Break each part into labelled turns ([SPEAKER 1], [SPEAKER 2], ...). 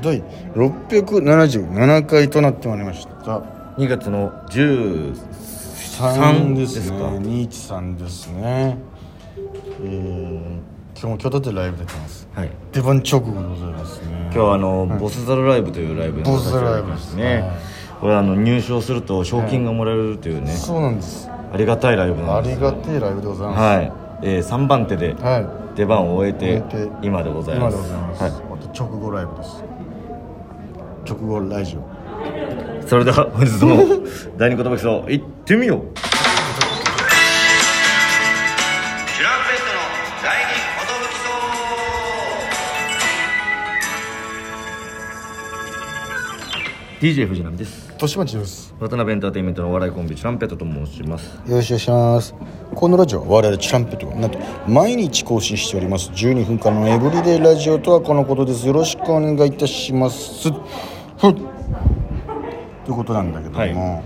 [SPEAKER 1] 第677回となってまいりました
[SPEAKER 2] 2月の13
[SPEAKER 1] 3で
[SPEAKER 2] です
[SPEAKER 1] ね
[SPEAKER 2] すか
[SPEAKER 1] 213ですねえー、今日も今日だってライブ出てます
[SPEAKER 2] はい
[SPEAKER 1] 出番直後でございますね
[SPEAKER 2] 今日はあの、ボスザルライブというライブに
[SPEAKER 1] ボスザルライブ
[SPEAKER 2] 出
[SPEAKER 1] で
[SPEAKER 2] させ
[SPEAKER 1] す
[SPEAKER 2] ていただきましてねこれあの入賞すると賞金がもらえるというね、
[SPEAKER 1] そうなんです
[SPEAKER 2] ありがたいライブな
[SPEAKER 1] あ
[SPEAKER 2] んで
[SPEAKER 1] り
[SPEAKER 2] す
[SPEAKER 1] がてえライブでございま
[SPEAKER 2] はい、えー、3番手です
[SPEAKER 1] はい、
[SPEAKER 2] 出番を終えて
[SPEAKER 1] 終えて
[SPEAKER 2] 今でござい
[SPEAKER 1] 今
[SPEAKER 2] ま
[SPEAKER 1] ですございます、
[SPEAKER 2] は
[SPEAKER 1] あと直後ライブです直後ラジオ
[SPEAKER 2] い、それでは本日 も第二言葉基礎行ってみよう
[SPEAKER 3] チュランペットの第二寿き
[SPEAKER 2] DJ
[SPEAKER 3] そう
[SPEAKER 2] 藤波です
[SPEAKER 1] 豊島地です
[SPEAKER 2] 渡辺エンターテインメントのお笑いコンビチュランペットと申します
[SPEAKER 1] よろしくお願いしますこのラジオは我々チュランペットがなんと毎日更新しております12分間のエブリデイラジオとはこのことですよろしくお願いいたしますふっということなんだけども、
[SPEAKER 2] はい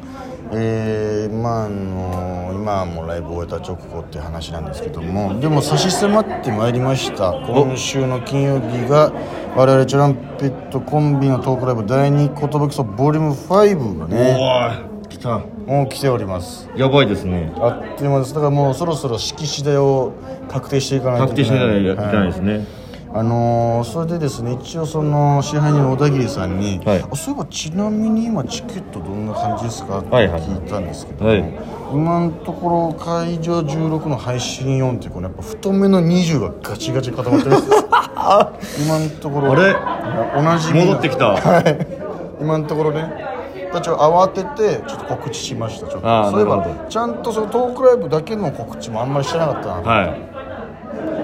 [SPEAKER 1] えーまああの今はもうライブ終えた直後って話なんですけどもでも差し迫ってまいりました今週の金曜日が我々チュランペットコンビのトークライブ第2言葉基礎ボリューム5がね
[SPEAKER 2] おお来た
[SPEAKER 1] もう来ております
[SPEAKER 2] やばいですね
[SPEAKER 1] あっという間ですだからもうそろそろ式次第を確定していかないと
[SPEAKER 2] 確定しながらやってない
[SPEAKER 1] は
[SPEAKER 2] ですね、
[SPEAKER 1] あのーそれでですね一応その支配人の小田切さんに、
[SPEAKER 2] はい
[SPEAKER 1] あそういえばちなみに今チケットどんな感じですかって
[SPEAKER 2] はいはい
[SPEAKER 1] 聞いたんですけども、
[SPEAKER 2] はい
[SPEAKER 1] 今のところ会場16の配信4ってこのやっぱ太めの20がガチガチ固まってるんです よ今のところ
[SPEAKER 2] あれ
[SPEAKER 1] 同じ
[SPEAKER 2] 戻ってきた
[SPEAKER 1] はい今のところねだからちょっと慌ててちょっと告知しましたちょっ
[SPEAKER 2] あ
[SPEAKER 1] と
[SPEAKER 2] ー
[SPEAKER 1] そういえ
[SPEAKER 2] なるほ
[SPEAKER 1] ばちゃんとそのトークライブだけの告知もあんまりしてなかったな
[SPEAKER 2] はい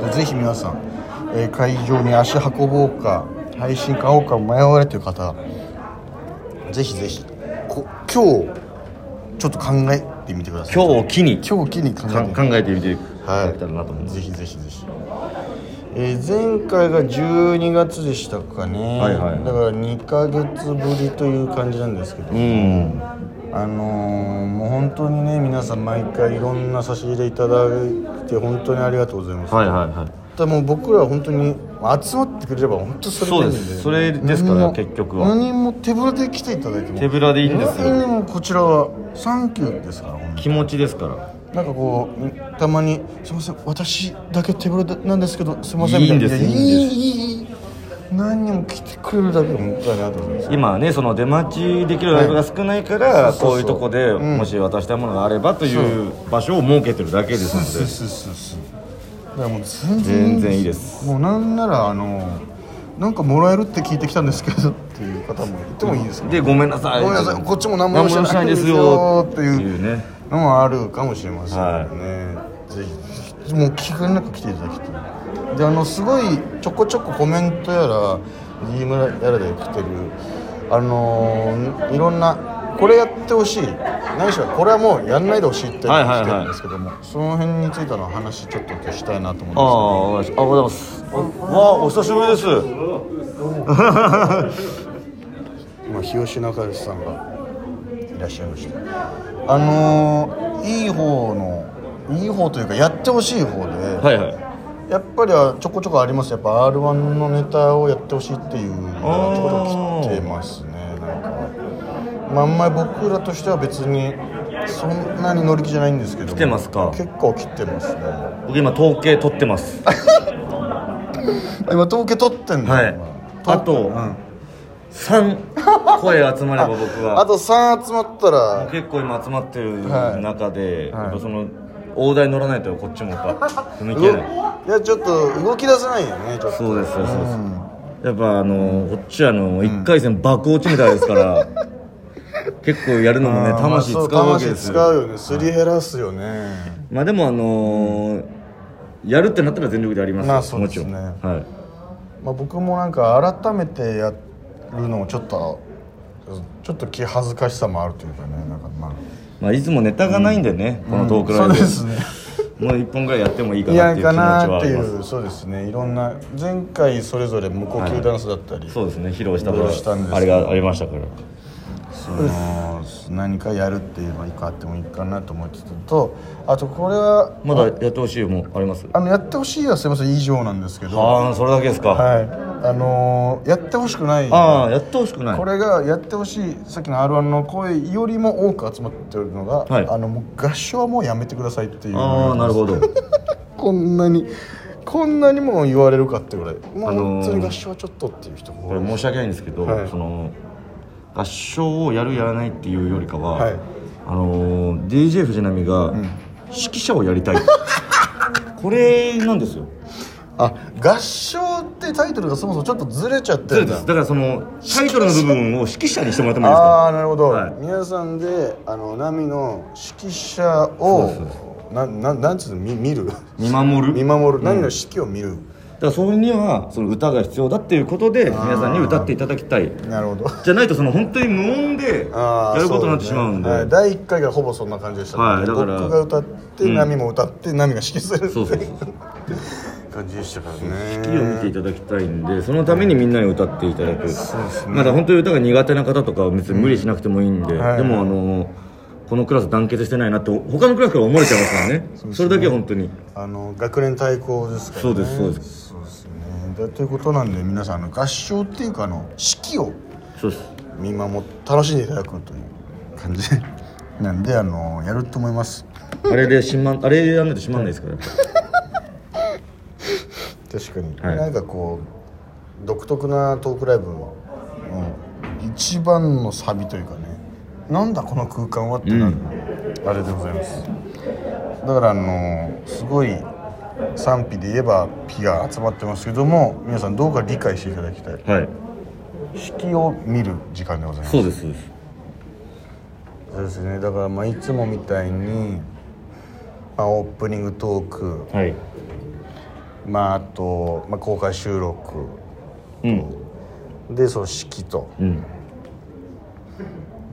[SPEAKER 1] でぜひ皆さん、えー会場に足運ぼうか配信買おうか迷われてる方ぜひぜひこ今日ちょっと考えてみてください
[SPEAKER 2] 今日を機に
[SPEAKER 1] 今日機に考え
[SPEAKER 2] か
[SPEAKER 1] てみて
[SPEAKER 2] 考えてみていただけたらなと思
[SPEAKER 1] は
[SPEAKER 2] いま
[SPEAKER 1] い、
[SPEAKER 2] す、
[SPEAKER 1] ぜひぜひぜひ、えー前回が12月でしたかね、
[SPEAKER 2] はいはい
[SPEAKER 1] だから2ヶ月ぶりという感じなんですけど
[SPEAKER 2] うん
[SPEAKER 1] あのーもう本当にね皆さん毎回いろんな差し入れいただいて本当にありがとうございます
[SPEAKER 2] はいはいはい
[SPEAKER 1] でも僕らは本当に集まってくれれば本当それでいいんで
[SPEAKER 2] そうですそれですから
[SPEAKER 1] 何も
[SPEAKER 2] 結局は
[SPEAKER 1] 何も手ぶらで来ていただいても
[SPEAKER 2] 手ぶらでいいんですよ
[SPEAKER 1] 何にもこちらはサンキューですから本当に
[SPEAKER 2] 気持ちですから
[SPEAKER 1] なんかこうたまに「すいません私だけ手ぶらでなんですけどすいません」
[SPEAKER 2] いいんです
[SPEAKER 1] みたない
[SPEAKER 2] いんです
[SPEAKER 1] いいいいい何にも来てくれるだけで本当にありがとうございます
[SPEAKER 2] 今ねその出待ちできるライブが少ないから、
[SPEAKER 1] そうそうそう
[SPEAKER 2] こういうとこで、もし渡したいものがあればという場所を設けてるだけですの
[SPEAKER 1] そう
[SPEAKER 2] で
[SPEAKER 1] そうそうそうだからもう全然
[SPEAKER 2] 全然いいです
[SPEAKER 1] もうなんならあのなんかもらえるって聞いてきたんですけどっていう方もいてもいいですか
[SPEAKER 2] でごめんなさい
[SPEAKER 1] ごめんなさいこっちも何もしてないんですよ
[SPEAKER 2] 何も
[SPEAKER 1] っ
[SPEAKER 2] してないですよって
[SPEAKER 1] い
[SPEAKER 2] いううね
[SPEAKER 1] のもあるかもしれませんけどね、ぜひぜひもう気軽なく来ていただきたいであのすごいちょこちょこコメントやら DM やらで来てるあのーいろんなこれやってほしいないしはこれはもうやんないでほしいって
[SPEAKER 2] はいはいはい
[SPEAKER 1] 来てるんですけども、その辺についての話ちょっとしたいなと思うんですけ
[SPEAKER 2] あ
[SPEAKER 1] ど
[SPEAKER 2] あおはようございますあわあお久しぶりです
[SPEAKER 1] 今日吉中吉さんがいらっしゃいましたあのー、いい方のいい方というかやってほしい方で、
[SPEAKER 2] はいはい
[SPEAKER 1] やっぱりはちょこちょこありますやっぱ r 1のネタをやってほしいっていうのがちょこちょこ来てますねなんかまああんまり僕らとしては別にそんなに乗り気じゃないんですけど来
[SPEAKER 2] てますか
[SPEAKER 1] 結構来てますね
[SPEAKER 2] 僕今統計取ってます
[SPEAKER 1] 今統計取ってんだ、
[SPEAKER 2] はい
[SPEAKER 1] 今
[SPEAKER 2] あと
[SPEAKER 1] うん
[SPEAKER 2] 3声集まれば僕
[SPEAKER 1] あ
[SPEAKER 2] は
[SPEAKER 1] と3集まったら
[SPEAKER 2] 結構今集まってる
[SPEAKER 1] はい
[SPEAKER 2] 中で、
[SPEAKER 1] はい
[SPEAKER 2] やっぱその大台乗らないとこっちもやっぱ踏み切れない
[SPEAKER 1] いやちょっと動き出せないよねちょっと
[SPEAKER 2] そうですそうです、やっぱあのこっちはあの1回戦爆落ちみたいで すから、結構やるのもね
[SPEAKER 1] あーまあ
[SPEAKER 2] 魂
[SPEAKER 1] そ
[SPEAKER 2] 使
[SPEAKER 1] う
[SPEAKER 2] うわけで
[SPEAKER 1] 魂
[SPEAKER 2] す
[SPEAKER 1] 使う
[SPEAKER 2] よ
[SPEAKER 1] よねすり減らすよね
[SPEAKER 2] まあでもあのーやるってなったら全力でやりますよ、
[SPEAKER 1] まあそうですね
[SPEAKER 2] もちろんはい
[SPEAKER 1] まあ僕もなんか改めてやるのもちょっとちょっと気恥ずかしさもあるというかねなんかまあ
[SPEAKER 2] まあいつもネタがないんでね、このトークライブ、
[SPEAKER 1] そうですね
[SPEAKER 2] もう1本ぐらいやってもいいか
[SPEAKER 1] い
[SPEAKER 2] な
[SPEAKER 1] や
[SPEAKER 2] っていう気持
[SPEAKER 1] か
[SPEAKER 2] ちは
[SPEAKER 1] なっ
[SPEAKER 2] あ
[SPEAKER 1] て
[SPEAKER 2] り
[SPEAKER 1] い
[SPEAKER 2] ます
[SPEAKER 1] うそうですねいろんな前回それぞれ無呼吸ダンスだったり、
[SPEAKER 2] そうですね披露したの
[SPEAKER 1] 披露したんです
[SPEAKER 2] が
[SPEAKER 1] けど
[SPEAKER 2] あれがありましたから
[SPEAKER 1] その何かやるっていうのが一個あってもいいかなと思ってたのとあとこれは
[SPEAKER 2] まだやってほしいもんあります
[SPEAKER 1] あのやってほしいはすいません以上なんですけど
[SPEAKER 2] ああそれだけですか、
[SPEAKER 1] はい、あのーやってほしくない
[SPEAKER 2] ああやってほしくない
[SPEAKER 1] これがやってほしいさっきの r 1の声よりも多く集まってるのが、
[SPEAKER 2] はい
[SPEAKER 1] あのもう合唱はもうやめてくださいっていう
[SPEAKER 2] ああなるほど
[SPEAKER 1] こんなにこんなにも言われるかってぐらいもう
[SPEAKER 2] あのー
[SPEAKER 1] 本当に合唱はちょっとっていう人も
[SPEAKER 2] これ申し訳ないんですけど、
[SPEAKER 1] はい
[SPEAKER 2] その合唱をやるやらないっていうよりかは、
[SPEAKER 1] はい
[SPEAKER 2] あのー DJ 藤波が指揮者をや りたい、これなんですよ
[SPEAKER 1] あ合唱ってタイトルがそもそもちょっとずれちゃってるんだ
[SPEAKER 2] だからそのタイトルの部分を指揮者にしてもらってもいいです
[SPEAKER 1] あ
[SPEAKER 2] か
[SPEAKER 1] あなるほど、
[SPEAKER 2] はい
[SPEAKER 1] 皆さんであの波の指揮者を
[SPEAKER 2] そうそ
[SPEAKER 1] なんなんなんつうのみ見る
[SPEAKER 2] 見守る
[SPEAKER 1] 見守る波の指揮を見る、
[SPEAKER 2] だからそれにはその歌が必要だっていうことで皆さんに歌っていただきたい
[SPEAKER 1] なるほど
[SPEAKER 2] じゃないとその本当に無音で
[SPEAKER 1] あ
[SPEAKER 2] や
[SPEAKER 1] ー
[SPEAKER 2] ることになってしまうんで
[SPEAKER 1] そだねはい第1回がほぼそんな感じでしたね、
[SPEAKER 2] はいだから
[SPEAKER 1] 僕が歌って、
[SPEAKER 2] うん
[SPEAKER 1] 波も歌って波が指揮するって
[SPEAKER 2] そうそうそう
[SPEAKER 1] 感じでしたからね
[SPEAKER 2] 月を見ていただきたいんでそのためにみんなに歌っていただく
[SPEAKER 1] すね
[SPEAKER 2] まだ本当に歌が苦手な方とかは別に無理しなくてもいいんで、
[SPEAKER 1] はい
[SPEAKER 2] でもあのこのクラス団結してないなって他のクラスから思われちゃいますからねそれだけは本当に
[SPEAKER 1] あの学年対抗ですからね
[SPEAKER 2] そうですそうです
[SPEAKER 1] そうですねだということなんで皆さんあの合唱っていうかあの指揮を
[SPEAKER 2] そうです
[SPEAKER 1] 見守っ楽しんでいただくという感じなんであのやると思います
[SPEAKER 2] あれでしまんあれやんないとしまんないですからやっぱ
[SPEAKER 1] 確かに、
[SPEAKER 2] はい
[SPEAKER 1] なんかこう独特なトークライブの一番のサビというかねなんだこの空間はってなる、あれでございますだからあのすごい賛否で言えばピが集まってますけども皆さんどうか理解していただきたい
[SPEAKER 2] りはい
[SPEAKER 1] 式を見る時間でございます
[SPEAKER 2] そうですそうです
[SPEAKER 1] そうですねだからまあいつもみたいに、まあ、オープニングトーク
[SPEAKER 2] はい
[SPEAKER 1] まああと、まあ、公開収録
[SPEAKER 2] うん
[SPEAKER 1] でその式と
[SPEAKER 2] うん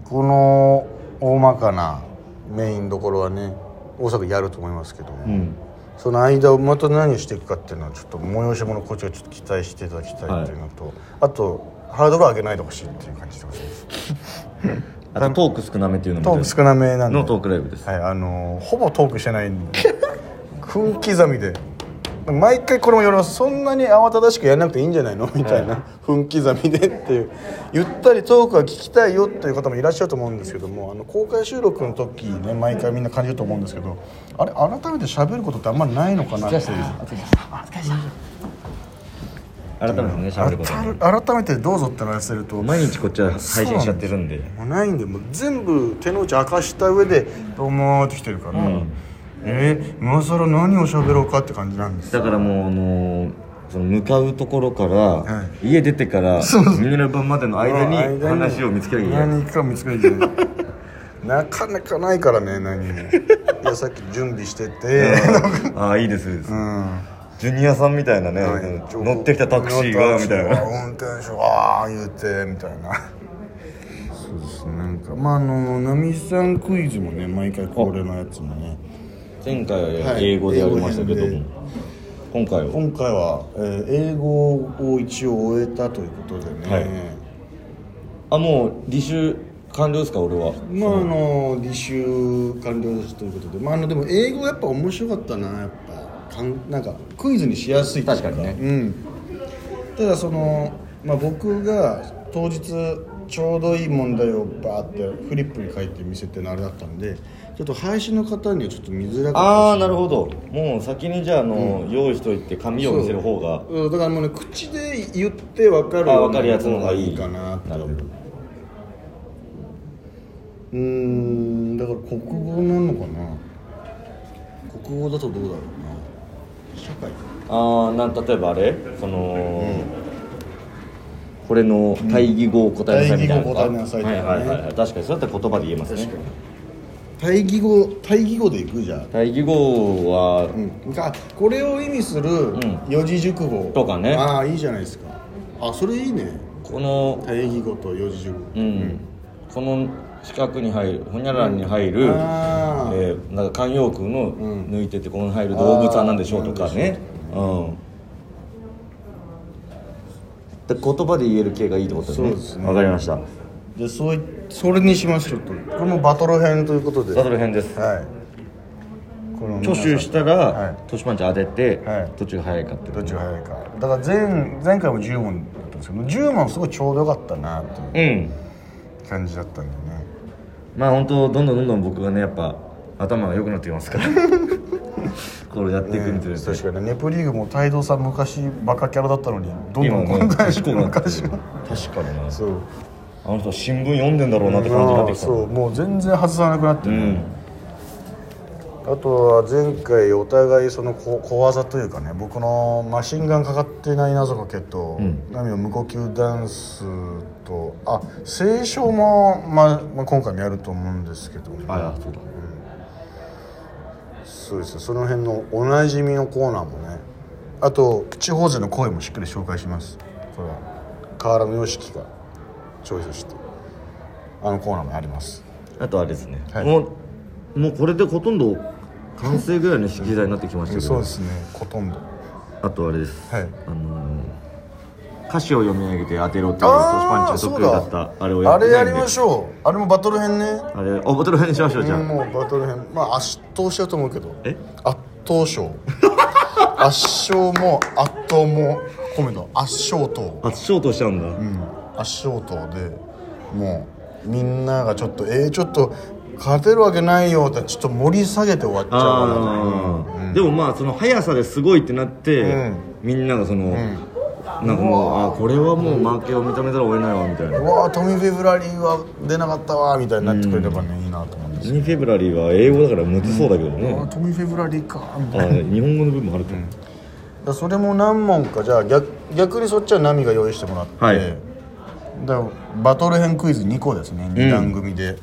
[SPEAKER 1] この大まかなメインどころはね大阪やると思いますけども、
[SPEAKER 2] うん
[SPEAKER 1] その間をまた何をしていくかっていうのはちょっと催し物こっちはちょっと期待していただきたいっていうのと、あとハードルを上げないでほしいっていう感じでございます
[SPEAKER 2] あとトーク少なめっていうの
[SPEAKER 1] トー
[SPEAKER 2] も
[SPEAKER 1] ク少なめなんで
[SPEAKER 2] のトークライブです
[SPEAKER 1] はいあのーほぼトークしてないんで 分刻みで毎回これも言われますそんなに慌ただしくやらなくていいんじゃないのみたいな、分刻みでっていうゆったりトークが聞きたいよっていう方もいらっしゃると思うんですけどもあの公開収録の時ね毎回みんな感じると思うんですけどあれ改めて喋ることってあんまりないのかなっていう
[SPEAKER 2] 改めてね喋ること
[SPEAKER 1] 改め改めてどうぞって言わせると
[SPEAKER 2] 毎日こっちは配信しちゃってるんで
[SPEAKER 1] もうないんでもう全部手の内明かした上で「どうも」って来てるから、えー、今更何を喋ろうかって感じなんです
[SPEAKER 2] だからもうあのーその向かうところから、
[SPEAKER 1] は
[SPEAKER 2] 家出てからミネラル版までの間に話を見つけなきゃいけない
[SPEAKER 1] 何か見つけなきゃいけないなかなかないからね何もいやさっき準備してて、
[SPEAKER 2] ああいいですいいです、
[SPEAKER 1] うん
[SPEAKER 2] ジュニアさんみたいなね、乗ってきたタクシーがみたいな
[SPEAKER 1] 運転手がああ言うてみたいなそうですねなんかまああの波さんクイズもね毎回恒例のやつもね
[SPEAKER 2] 前回は英語でやりましたけども、
[SPEAKER 1] はい英語
[SPEAKER 2] 今回は
[SPEAKER 1] 今回は、えー英語を一応終えたということでね、
[SPEAKER 2] はいあもう履修完了ですか俺は
[SPEAKER 1] まああの履修完了ですということでまああのでも英語やっぱ面白かったなやっぱかんなんかクイズにしやすいという
[SPEAKER 2] 確かにね
[SPEAKER 1] うん、ただその、まあ、僕が当日ちょうどいい問題をバーってフリップに書いて見せてのあれだったんでちょっと配信の方にはちょっと見づら
[SPEAKER 2] あ
[SPEAKER 1] か
[SPEAKER 2] あ
[SPEAKER 1] った
[SPEAKER 2] なるほどもう先にじゃああの、用意しといて紙を見せる方が
[SPEAKER 1] どだからもうね口で言って分かる
[SPEAKER 2] あ分かるやつの方がいい
[SPEAKER 1] かなって
[SPEAKER 2] なるほど
[SPEAKER 1] うーんだから国語なのかな国語だとどうだろうな社会
[SPEAKER 2] あーなん例えばあれその、これの対義語を答えなさいみたいなのか
[SPEAKER 1] 対義語を答えなさいと
[SPEAKER 2] は
[SPEAKER 1] かね
[SPEAKER 2] いはいはいはい確かにそうやったら言葉で言えますね
[SPEAKER 1] 対義語対義語でいくじゃん、
[SPEAKER 2] 対義語は
[SPEAKER 1] うん、あこれを意味する
[SPEAKER 2] ん
[SPEAKER 1] 四字熟語
[SPEAKER 2] とかね
[SPEAKER 1] ああいいじゃないですかあそれいいね
[SPEAKER 2] この
[SPEAKER 1] 対義語と四字熟語
[SPEAKER 2] うん、この四角に入るほにゃららに入る、
[SPEAKER 1] あー
[SPEAKER 2] えーなんか慣用句の抜いててこの入る動物は何でしょうとかねうんで言葉で言える系がいいってことですね
[SPEAKER 1] そうですね
[SPEAKER 2] わかりました
[SPEAKER 1] でそういそれにしますちょっとこれもバトル編ということで
[SPEAKER 2] バ
[SPEAKER 1] は
[SPEAKER 2] トル編です
[SPEAKER 1] いこの皆
[SPEAKER 2] 挙
[SPEAKER 1] さん
[SPEAKER 2] 手した
[SPEAKER 1] は
[SPEAKER 2] ら
[SPEAKER 1] い
[SPEAKER 2] トシパンチ当てて、
[SPEAKER 1] はい
[SPEAKER 2] どっちが早いかって
[SPEAKER 1] どっちが早いかだから前前回も10問だったんですけど10問すごいちょうどよかったなっていう
[SPEAKER 2] うん
[SPEAKER 1] 感じだったんだよね
[SPEAKER 2] まあ本当どんどんどんどん僕がねやっぱ頭が良くなって きますからこれやっていくにつれて、
[SPEAKER 1] 確かにネプリーグも泰造さん昔バカキャラだったのにどんど
[SPEAKER 2] 今
[SPEAKER 1] ん
[SPEAKER 2] も
[SPEAKER 1] 今
[SPEAKER 2] う
[SPEAKER 1] 回
[SPEAKER 2] 賢くなって
[SPEAKER 1] 昔
[SPEAKER 2] る
[SPEAKER 1] の
[SPEAKER 2] 確かにな
[SPEAKER 1] そう
[SPEAKER 2] あの人は新聞読んでんだろうなって感じになってきた
[SPEAKER 1] そうもう全然外さなくなって
[SPEAKER 2] う
[SPEAKER 1] る、
[SPEAKER 2] ん
[SPEAKER 1] あとは前回お互いその小小技というかね僕のマシンガンかかってない謎かけと、波の無呼吸ダンスとあ清書も、まあまあ、今回もやると思うんですけど、
[SPEAKER 2] ああそうだ
[SPEAKER 1] そうですよその辺のおなじみのコーナーもねあと地方勢の声もしっかり紹介しますこれは河原の良樹がチョイスしてあのコーナーもあります
[SPEAKER 2] あとあれですね、
[SPEAKER 1] はい
[SPEAKER 2] もうもうこれでほとんど完成ぐらいの機材になってきましたけ
[SPEAKER 1] そう
[SPEAKER 2] ど
[SPEAKER 1] ですねほとんど
[SPEAKER 2] あとあれです、
[SPEAKER 1] はい
[SPEAKER 2] あのー歌詞を読み上げて当てろっていうトシ
[SPEAKER 1] あ
[SPEAKER 2] パ
[SPEAKER 1] あ
[SPEAKER 2] ンチが
[SPEAKER 1] そう
[SPEAKER 2] 得意だ
[SPEAKER 1] だ
[SPEAKER 2] ったあ
[SPEAKER 1] あ
[SPEAKER 2] れ
[SPEAKER 1] れ
[SPEAKER 2] をやってない
[SPEAKER 1] や
[SPEAKER 2] んで
[SPEAKER 1] りましょうあれもバトル編ね
[SPEAKER 2] あれおボトル編にしましょうじゃあ、
[SPEAKER 1] もうバトル編まあ圧倒しちゃうと思うけど
[SPEAKER 2] え
[SPEAKER 1] 圧倒 賞圧勝も圧倒も込めた圧勝と
[SPEAKER 2] あショートしちゃうんだ、
[SPEAKER 1] 圧勝党でもうみんながちょっとえー、ちょっと勝てるわけないよってちょっと盛り下げて終わっちゃうかな
[SPEAKER 2] ああ、でもまあその速さですごいってなって、
[SPEAKER 1] うん
[SPEAKER 2] みんながその、なんかもうあこれはもう負けを認めざるを得ないわみたいな
[SPEAKER 1] うわートミー・フェブラリーは出なかったわーみたいになってくれればね、いいなと思うんですよ、
[SPEAKER 2] 2フェブラリーは英語だからむずそうだけど
[SPEAKER 1] あ
[SPEAKER 2] ね、
[SPEAKER 1] トミー・フェブラリーかーみたいな
[SPEAKER 2] あ日本語の部分もあると思う、
[SPEAKER 1] だからそれも何問かじゃあ逆逆にそっちはナミが用意してもらって、
[SPEAKER 2] はい
[SPEAKER 1] だからバトル編クイズ2個ですね、二2段組で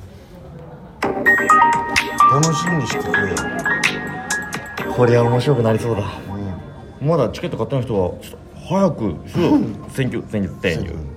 [SPEAKER 1] 楽しみにしてくれよ
[SPEAKER 2] これは面白くなりそうだ、まだチケット買ってない人はちょっと早くしろ Thank you, thank you, thank you